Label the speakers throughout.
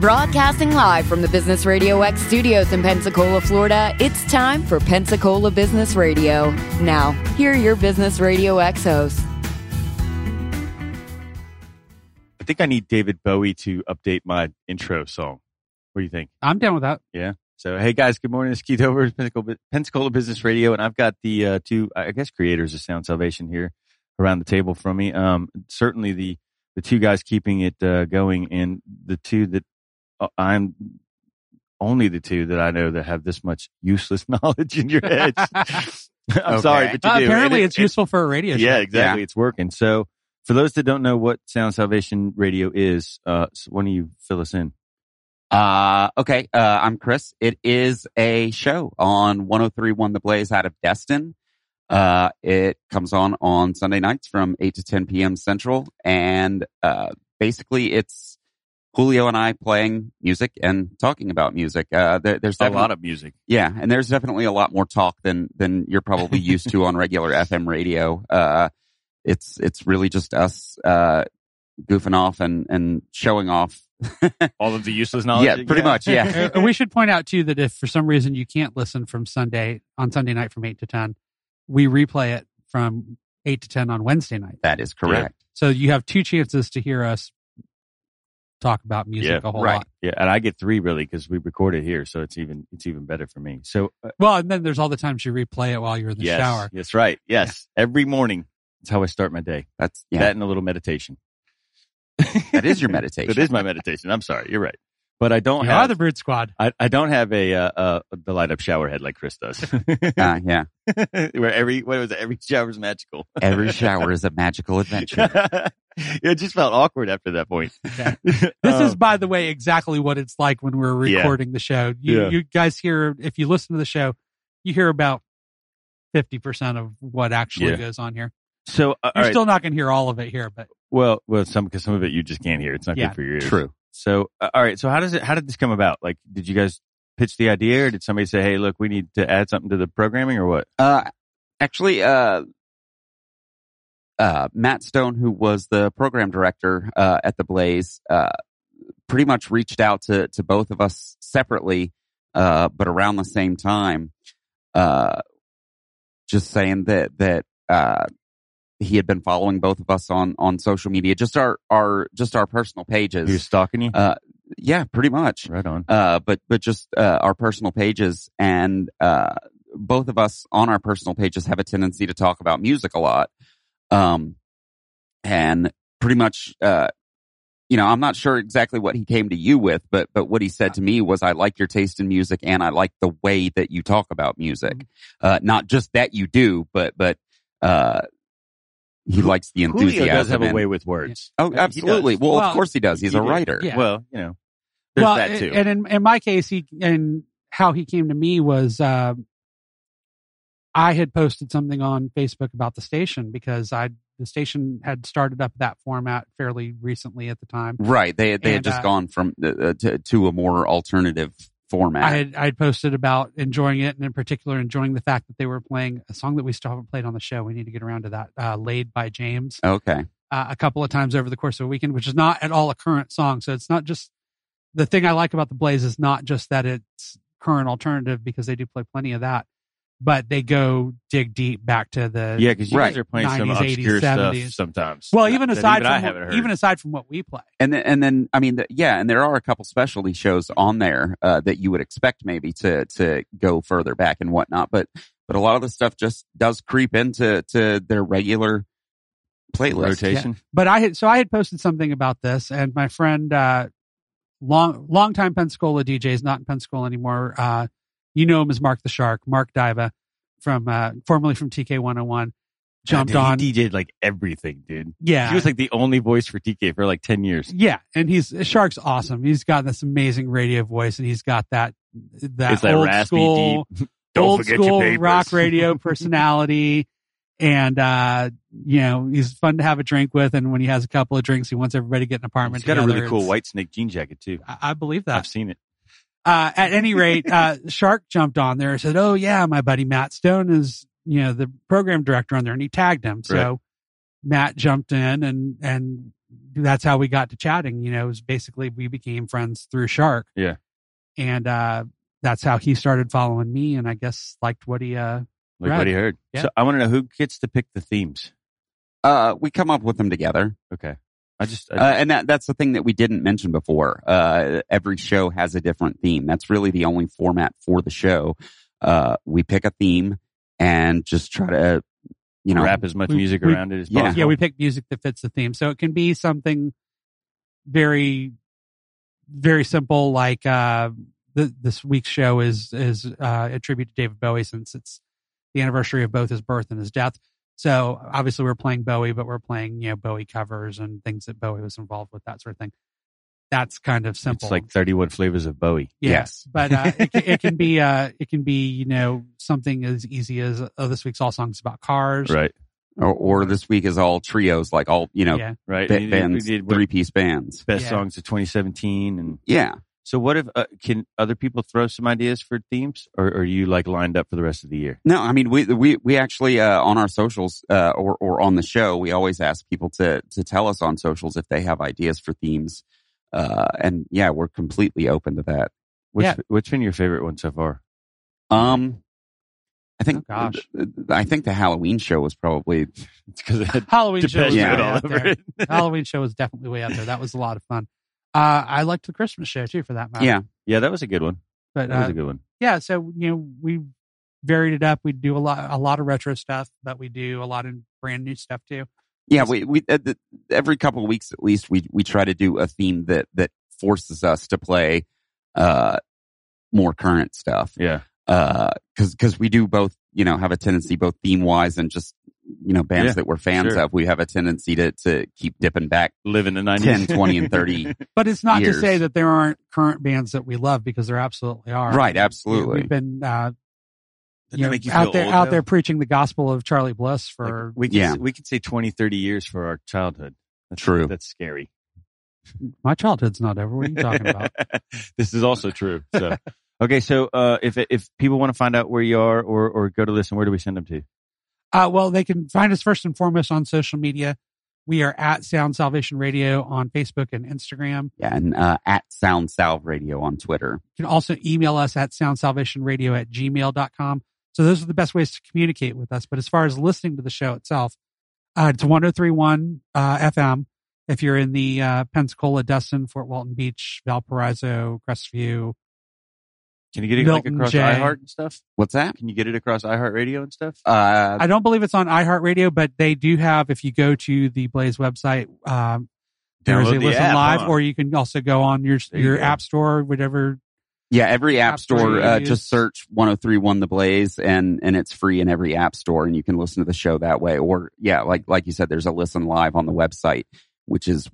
Speaker 1: Broadcasting live from the Business Radio X studios in Pensacola, Florida, it's time for Pensacola Business Radio. Now, here are your Business Radio X hosts.
Speaker 2: I think I need David Bowie to update my intro song. What do you think?
Speaker 3: I'm down with that.
Speaker 2: So, hey guys, good morning. It's Keith Over, Pensacola, Pensacola Business Radio, and I've got the uh, two, I guess, creators of Sound Salvation here around the table from me. Um, certainly the the two guys keeping it uh, going, and the two that uh, I'm only the two that I know that have this much useless knowledge in your heads. I'm
Speaker 4: Okay.
Speaker 2: sorry, but you
Speaker 3: Uh,
Speaker 2: do.
Speaker 3: apparently,
Speaker 2: And it-
Speaker 3: it's useful for a radio show.
Speaker 2: yeah, exactly. It's working. So, for those that don't know what Sound Salvation Radio is, uh, so why don't you fill us in?
Speaker 4: Uh, okay. Uh, I'm Chris. It is a show on 1031 The Blaze out of Destin. Uh, it comes on on Sunday nights from 8 to 10 p.m. Central. And, uh, basically it's Julio and I playing music and talking about music. Uh, there, there's
Speaker 2: A
Speaker 4: definitely-
Speaker 2: lot of music.
Speaker 4: Yeah, and there's definitely a lot more talk than than you're probably used to on regular FM radio. Uh, it's it's really just us uh, goofing off and and showing off.
Speaker 2: All of the useless knowledge.
Speaker 4: Yeah, pretty much, yeah.
Speaker 3: And we should point out too that if for some reason you can't listen from Sunday on Sunday night from eight to ten, we replay it from eight to ten on Wednesday night.
Speaker 4: that is correct.
Speaker 3: So you have two chances to hear us talk about music
Speaker 2: Yeah,
Speaker 3: a whole
Speaker 4: right.
Speaker 3: lot.
Speaker 2: Yeah, and I get three really because we record it here, so it's even it's even better for me. So uh,
Speaker 3: Well, and then there's all the times you replay it while you're in the
Speaker 2: yes,
Speaker 3: shower.
Speaker 2: that's right. Yes, every morning. That's how I start my day.
Speaker 4: That's yeah.
Speaker 2: That and a little meditation.
Speaker 4: that is your meditation.
Speaker 2: That is my meditation. I'm sorry, you're right, but I don't
Speaker 3: You are
Speaker 2: have
Speaker 3: the Brood Squad.
Speaker 2: I, I don't have a uh, uh, the light up shower head like Chris does,
Speaker 4: Uh, yeah.
Speaker 2: where every what was it? Every shower's magical.
Speaker 4: Every shower is a magical adventure.
Speaker 2: it just felt awkward after that point.
Speaker 3: Yeah. This is, by the way, exactly what it's like when we're
Speaker 2: Um, Yeah.
Speaker 3: recording the show. You,
Speaker 2: Yeah.
Speaker 3: you guys hear, if you listen to the show, you hear about 50% of what actually
Speaker 2: Yeah.
Speaker 3: goes on here.
Speaker 2: so. Uh, all
Speaker 3: You're
Speaker 2: right.
Speaker 3: still not going to hear all of it here, but
Speaker 2: well, well, some because some of it you just can't hear. It's not
Speaker 3: Yeah,
Speaker 2: good for your ears.
Speaker 4: True.
Speaker 2: So, uh, all right. So, how does it? How did this come about? Like, did you guys pitch the idea, or did somebody say, "Hey, look, we need to add something to the programming," or what?
Speaker 4: Uh, actually, uh, uh, Matt Stone, who was the program director uh, at the Blaze, uh, pretty much reached out to to both of us separately, uh, but around the same time, uh, just saying that that uh, he had been following both of us on on social media, just our our just our personal pages.
Speaker 2: He was stalking you.
Speaker 4: Uh, yeah, pretty much
Speaker 2: right on.
Speaker 4: uh, but but just uh, our personal pages and uh, both of us on our personal pages have a tendency to talk about music a lot um, and pretty much uh, you know i'm not sure exactly what he came to you with but but what he said to me was i like your taste in music and i like the way that you talk about music
Speaker 2: Mm-hmm.
Speaker 4: uh, not just that you do but but uh, he likes the enthusiasm.
Speaker 2: Julio does have a
Speaker 4: and-
Speaker 2: way with words.
Speaker 4: Oh,
Speaker 2: He
Speaker 4: absolutely.
Speaker 2: does.
Speaker 4: Well,
Speaker 3: Well,
Speaker 4: of course he does. He's
Speaker 2: he
Speaker 4: a
Speaker 2: did.
Speaker 4: writer.
Speaker 3: Yeah.
Speaker 2: Well, you know, there's that too.
Speaker 3: And in, in my case, he and how he came to me was uh, I had posted something on Facebook about the station because I the station had started up that format fairly recently at the time.
Speaker 4: Right. They
Speaker 3: And,
Speaker 4: they had just
Speaker 3: uh,
Speaker 4: gone from uh, to, to a more alternative format.
Speaker 3: I had I had posted about enjoying it, and in particular, enjoying the fact that they were playing a song that we still haven't played on the show. We need to get around to that. Uh, "Laid" by James
Speaker 4: okay.
Speaker 3: uh, a couple of times over the course of a weekend, which is not at all a current song. So it's not just the thing I like about the Blaze is not just that it's current alternative because they do play plenty of that, but they go dig deep back to the
Speaker 2: yeah, because you guys
Speaker 4: Right.
Speaker 2: are playing some
Speaker 3: 90s, 80s,
Speaker 2: obscure stuff
Speaker 3: 70s.
Speaker 2: sometimes.
Speaker 3: Well, even
Speaker 2: that
Speaker 3: aside
Speaker 2: I
Speaker 3: from
Speaker 2: haven't
Speaker 3: what-
Speaker 2: heard.
Speaker 3: even aside from what we play,
Speaker 4: And then, and then I mean the, yeah, and there are a couple specialty shows on there uh, that you would expect maybe to to go further back and whatnot, but but a lot of the stuff just does creep into to their regular playlist.
Speaker 2: rotation.
Speaker 3: but I had so I had posted something about this, and my friend, uh, long longtime Pensacola DJ, is not in Pensacola anymore. Uh, you know him as Mark the Shark, Mark Diva, from uh, formerly from TK One Hundred One, jumped on.
Speaker 2: God, dude, He DJ'd like everything, dude.
Speaker 3: yeah,
Speaker 2: He was like the only voice for TK for like ten years.
Speaker 3: Yeah, and he's Shark's awesome. He's got this amazing radio voice, and he's got that that,
Speaker 2: It's that
Speaker 3: old
Speaker 2: raspy,
Speaker 3: school,
Speaker 2: Don't
Speaker 3: old
Speaker 2: forget your
Speaker 3: school
Speaker 2: papers.
Speaker 3: rock radio personality. and uh, you know, he's fun to have a drink with. And when he has a couple of drinks, he wants everybody to get an apartment.
Speaker 2: He's got a
Speaker 3: together.
Speaker 2: really cool
Speaker 3: It's-
Speaker 2: white snake jean jacket too.
Speaker 3: I, I believe that.
Speaker 2: I've seen it.
Speaker 3: Uh, at any rate, uh, Shark jumped on there and said, "Oh yeah, my buddy Matt Stone is you know the program director on there," and he tagged him. So Matt jumped in and and that's how we got to chatting. You know, it was basically we became friends through Shark.
Speaker 2: Yeah.
Speaker 3: And uh, that's how he started following me, and I guess liked what he. Uh,
Speaker 2: Like
Speaker 3: Right.
Speaker 2: what he heard.
Speaker 3: Yeah.
Speaker 2: So I want to know who gets to pick the themes.
Speaker 4: Uh, we come up with them together.
Speaker 2: Okay. I just, I
Speaker 4: Uh, and that, that's the thing that we didn't mention before. Uh, every show has a different theme. That's really the only format for the show. Uh, we pick a theme and just try to, you know,
Speaker 2: wrap as much
Speaker 3: we-
Speaker 2: music
Speaker 3: we-
Speaker 2: around it as
Speaker 4: yeah.
Speaker 2: possible.
Speaker 3: yeah, we pick music that fits the theme, so it can be something very, very simple. Like uh, the, this week's show is is uh, a tribute to David Bowie, since it's the anniversary of both his birth and his death. So obviously we're playing Bowie, but we're playing you know Bowie covers and things that Bowie was involved with, that sort of thing. That's kind of simple.
Speaker 2: It's like 31 flavors of Bowie.
Speaker 3: Yes, but uh, it, can, it can be uh, it can be you know something as easy as oh this week's all songs about cars.
Speaker 2: Right.
Speaker 4: or, or this week is all trios, like all, you know,
Speaker 3: Yeah.
Speaker 2: Right.
Speaker 4: ba-
Speaker 2: And you-
Speaker 4: bands,
Speaker 2: you did what-
Speaker 4: three piece bands.
Speaker 2: best
Speaker 3: Yeah.
Speaker 2: songs of 2017 and
Speaker 4: Yeah.
Speaker 2: so what if uh, can other people throw some ideas for themes or, or are you like lined up for the rest of the year
Speaker 4: No, I mean, we, we, we actually, uh, on our socials, uh, or, or on the show, we always ask people to, to tell us on socials if they have ideas for themes. Uh, and yeah, we're completely open to that.
Speaker 2: what's,
Speaker 3: Yeah.
Speaker 2: what's been your favorite one so far
Speaker 4: Um, I think,
Speaker 3: Oh, gosh.
Speaker 4: I think the Halloween show was probably
Speaker 2: it's because it
Speaker 3: Halloween show,
Speaker 2: depends
Speaker 3: was way
Speaker 4: Depeche Mode
Speaker 2: all
Speaker 3: out
Speaker 2: over
Speaker 3: there.
Speaker 2: it
Speaker 3: Halloween show was definitely way out there. That was a lot of fun. Uh, I liked the Christmas show too, for that matter.
Speaker 4: yeah.
Speaker 2: yeah that was a good one
Speaker 3: but
Speaker 2: that was
Speaker 3: uh,
Speaker 2: a good one
Speaker 3: yeah, so you know we varied it up. We do a lot a lot of retro stuff, but we do a lot of brand new stuff too.
Speaker 4: Yeah, we we uh, the, every couple of weeks at least we we try to do a theme that that forces us to play uh more current stuff
Speaker 2: yeah
Speaker 4: uh cuz cuz we do both, you know, have a tendency both theme wise and just you know bands
Speaker 2: Yeah,
Speaker 4: that we're fans
Speaker 2: sure.
Speaker 4: of, we have a tendency to to keep dipping back.
Speaker 2: live in the 90s
Speaker 4: 10, 20, and 30.
Speaker 3: But it's not to
Speaker 4: Years.
Speaker 3: say that there aren't current bands that we love because there absolutely are.
Speaker 4: Right,
Speaker 3: You know,
Speaker 4: absolutely.
Speaker 3: We've been uh,
Speaker 2: Doesn't
Speaker 3: you
Speaker 2: that
Speaker 3: know,
Speaker 2: make you
Speaker 3: out
Speaker 2: feel
Speaker 3: there
Speaker 2: old,
Speaker 3: out
Speaker 2: though?
Speaker 3: there preaching the gospel of Charlie Bliss
Speaker 2: Like,
Speaker 3: for
Speaker 2: we can
Speaker 4: Yeah.
Speaker 2: we can say 20 30 years for our childhood that's
Speaker 4: True.
Speaker 2: that's scary
Speaker 3: my childhood's not over. What are you talking about?
Speaker 2: this is also true so okay so uh if if people want to find out where you are or or go to listen where do we send them to
Speaker 3: Uh, well, they can find us first and foremost on social media. We are at Sound Salvation Radio on Facebook and Instagram.
Speaker 4: Yeah, and uh at Sound Salve Radio on Twitter.
Speaker 3: You can also email us at soundsalvationradio at gmail.com. So those are the best ways to communicate with us. But as far as listening to the show itself, uh, it's 1031 uh, FM. If you're in the uh, Pensacola, Destin, Fort Walton Beach, Valparaiso, Crestview,
Speaker 2: can you get it
Speaker 3: Milton
Speaker 2: like across
Speaker 3: J.
Speaker 2: iheart and stuff
Speaker 4: What's that?
Speaker 2: can you get it across iheartradio and stuff
Speaker 4: Uh
Speaker 3: I don't believe it's on iHeartRadio, but they do have, if you go to the Blaze website, um, there is a
Speaker 2: Download the
Speaker 3: listen
Speaker 2: app,
Speaker 3: live,
Speaker 2: huh?
Speaker 3: or you can also go on your
Speaker 2: There you
Speaker 3: your
Speaker 2: go.
Speaker 3: app store, whatever.
Speaker 4: Yeah, every app,
Speaker 3: App
Speaker 4: store,
Speaker 3: store
Speaker 4: uh,
Speaker 3: you
Speaker 4: just
Speaker 3: use.
Speaker 4: search 1031 The Blaze and, and it's free in every app store and you can listen to the show that way. Or yeah, like, like you said, there's a listen live on the website, which is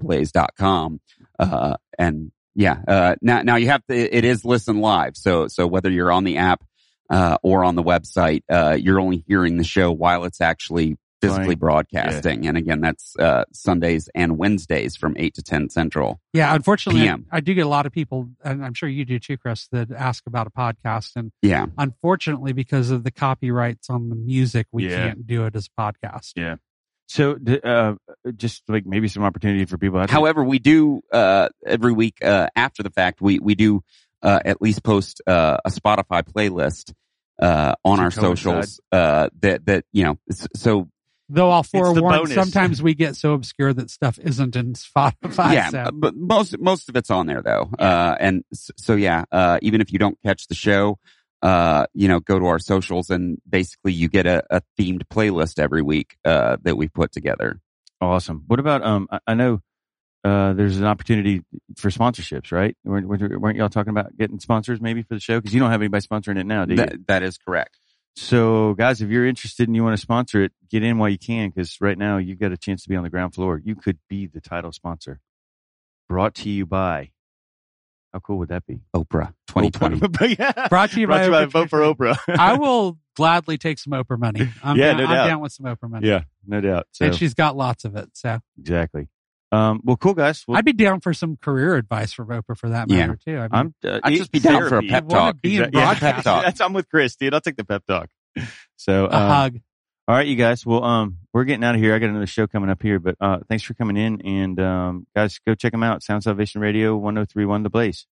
Speaker 4: 1031theblaze.com. Uh, and yeah, uh, now, now you have to, it is listen live. So, so whether you're on the app, uh, or on the website, uh, you're only hearing the show while it's actually physically
Speaker 2: Right.
Speaker 4: broadcasting. And again, that's, uh, Sundays and Wednesdays from eight to 10 central.
Speaker 3: Yeah, unfortunately, I,
Speaker 4: PM.
Speaker 3: I do get a lot of people, and I'm sure you do too, Chris, that ask about a podcast. And
Speaker 4: Yeah.
Speaker 3: unfortunately, because of the copyrights on the music, we
Speaker 2: Yeah.
Speaker 3: can't do it as a podcast.
Speaker 2: Yeah. So, d- uh, just like maybe some opportunity for people. out there.
Speaker 4: However, we do uh, every week uh, after the fact. We we do uh, at least post uh, a Spotify playlist uh, on
Speaker 2: To
Speaker 4: our
Speaker 2: coincide.
Speaker 4: socials. Uh, that that you know. s- So
Speaker 3: Though I'll forewarn,
Speaker 2: bonus.
Speaker 3: sometimes we get so obscure that stuff isn't in Spotify.
Speaker 4: yeah,
Speaker 3: so-
Speaker 4: but most most of it's on there though. Uh, and s- so yeah, uh, even if you don't catch the show. Uh, you know, go to our socials and basically you get a, a themed playlist every week, uh, that we put together.
Speaker 2: awesome. What about um? I, I know uh, there's an opportunity for sponsorships, right? Weren't, weren't weren't y'all talking about getting sponsors maybe for the show? Because you don't have anybody sponsoring it now, do you?
Speaker 4: That, that is correct.
Speaker 2: so, guys, if you're interested and you want to sponsor it, get in while you can. Because right now you've got a chance to be on the ground floor. You could be the title sponsor. Brought to you by. How cool would that be?
Speaker 4: Oprah 2020.
Speaker 2: Oprah. yeah.
Speaker 3: brought to you
Speaker 2: Brought
Speaker 3: by,
Speaker 2: to you by Vote for Oprah.
Speaker 3: I will gladly take some Oprah money. I'm,
Speaker 2: Yeah,
Speaker 3: down,
Speaker 2: no
Speaker 3: I'm
Speaker 2: doubt.
Speaker 3: down with some Oprah money.
Speaker 2: yeah, no doubt. So
Speaker 3: And she's got lots of it. So
Speaker 2: exactly. Um, well, cool guys. Well,
Speaker 3: I'd be down for some career advice from Oprah for that
Speaker 4: Yeah.
Speaker 3: matter too. I mean,
Speaker 2: I'm. Uh,
Speaker 4: I'd just be down for a pep
Speaker 3: you wanna
Speaker 4: talk.
Speaker 3: Be in
Speaker 2: Exact- yeah,
Speaker 3: broadcast,
Speaker 4: pep talk. Uh-huh.
Speaker 2: That's I'm with Chris, dude. I'll take the pep talk. So
Speaker 3: a
Speaker 2: um,
Speaker 3: hug.
Speaker 2: All right, you guys. Well, um, we're getting out of here. I got another show coming up here, but uh, thanks oh for coming in. And um, guys, go check them out. Sound Salvation Radio 1031 The Blaze.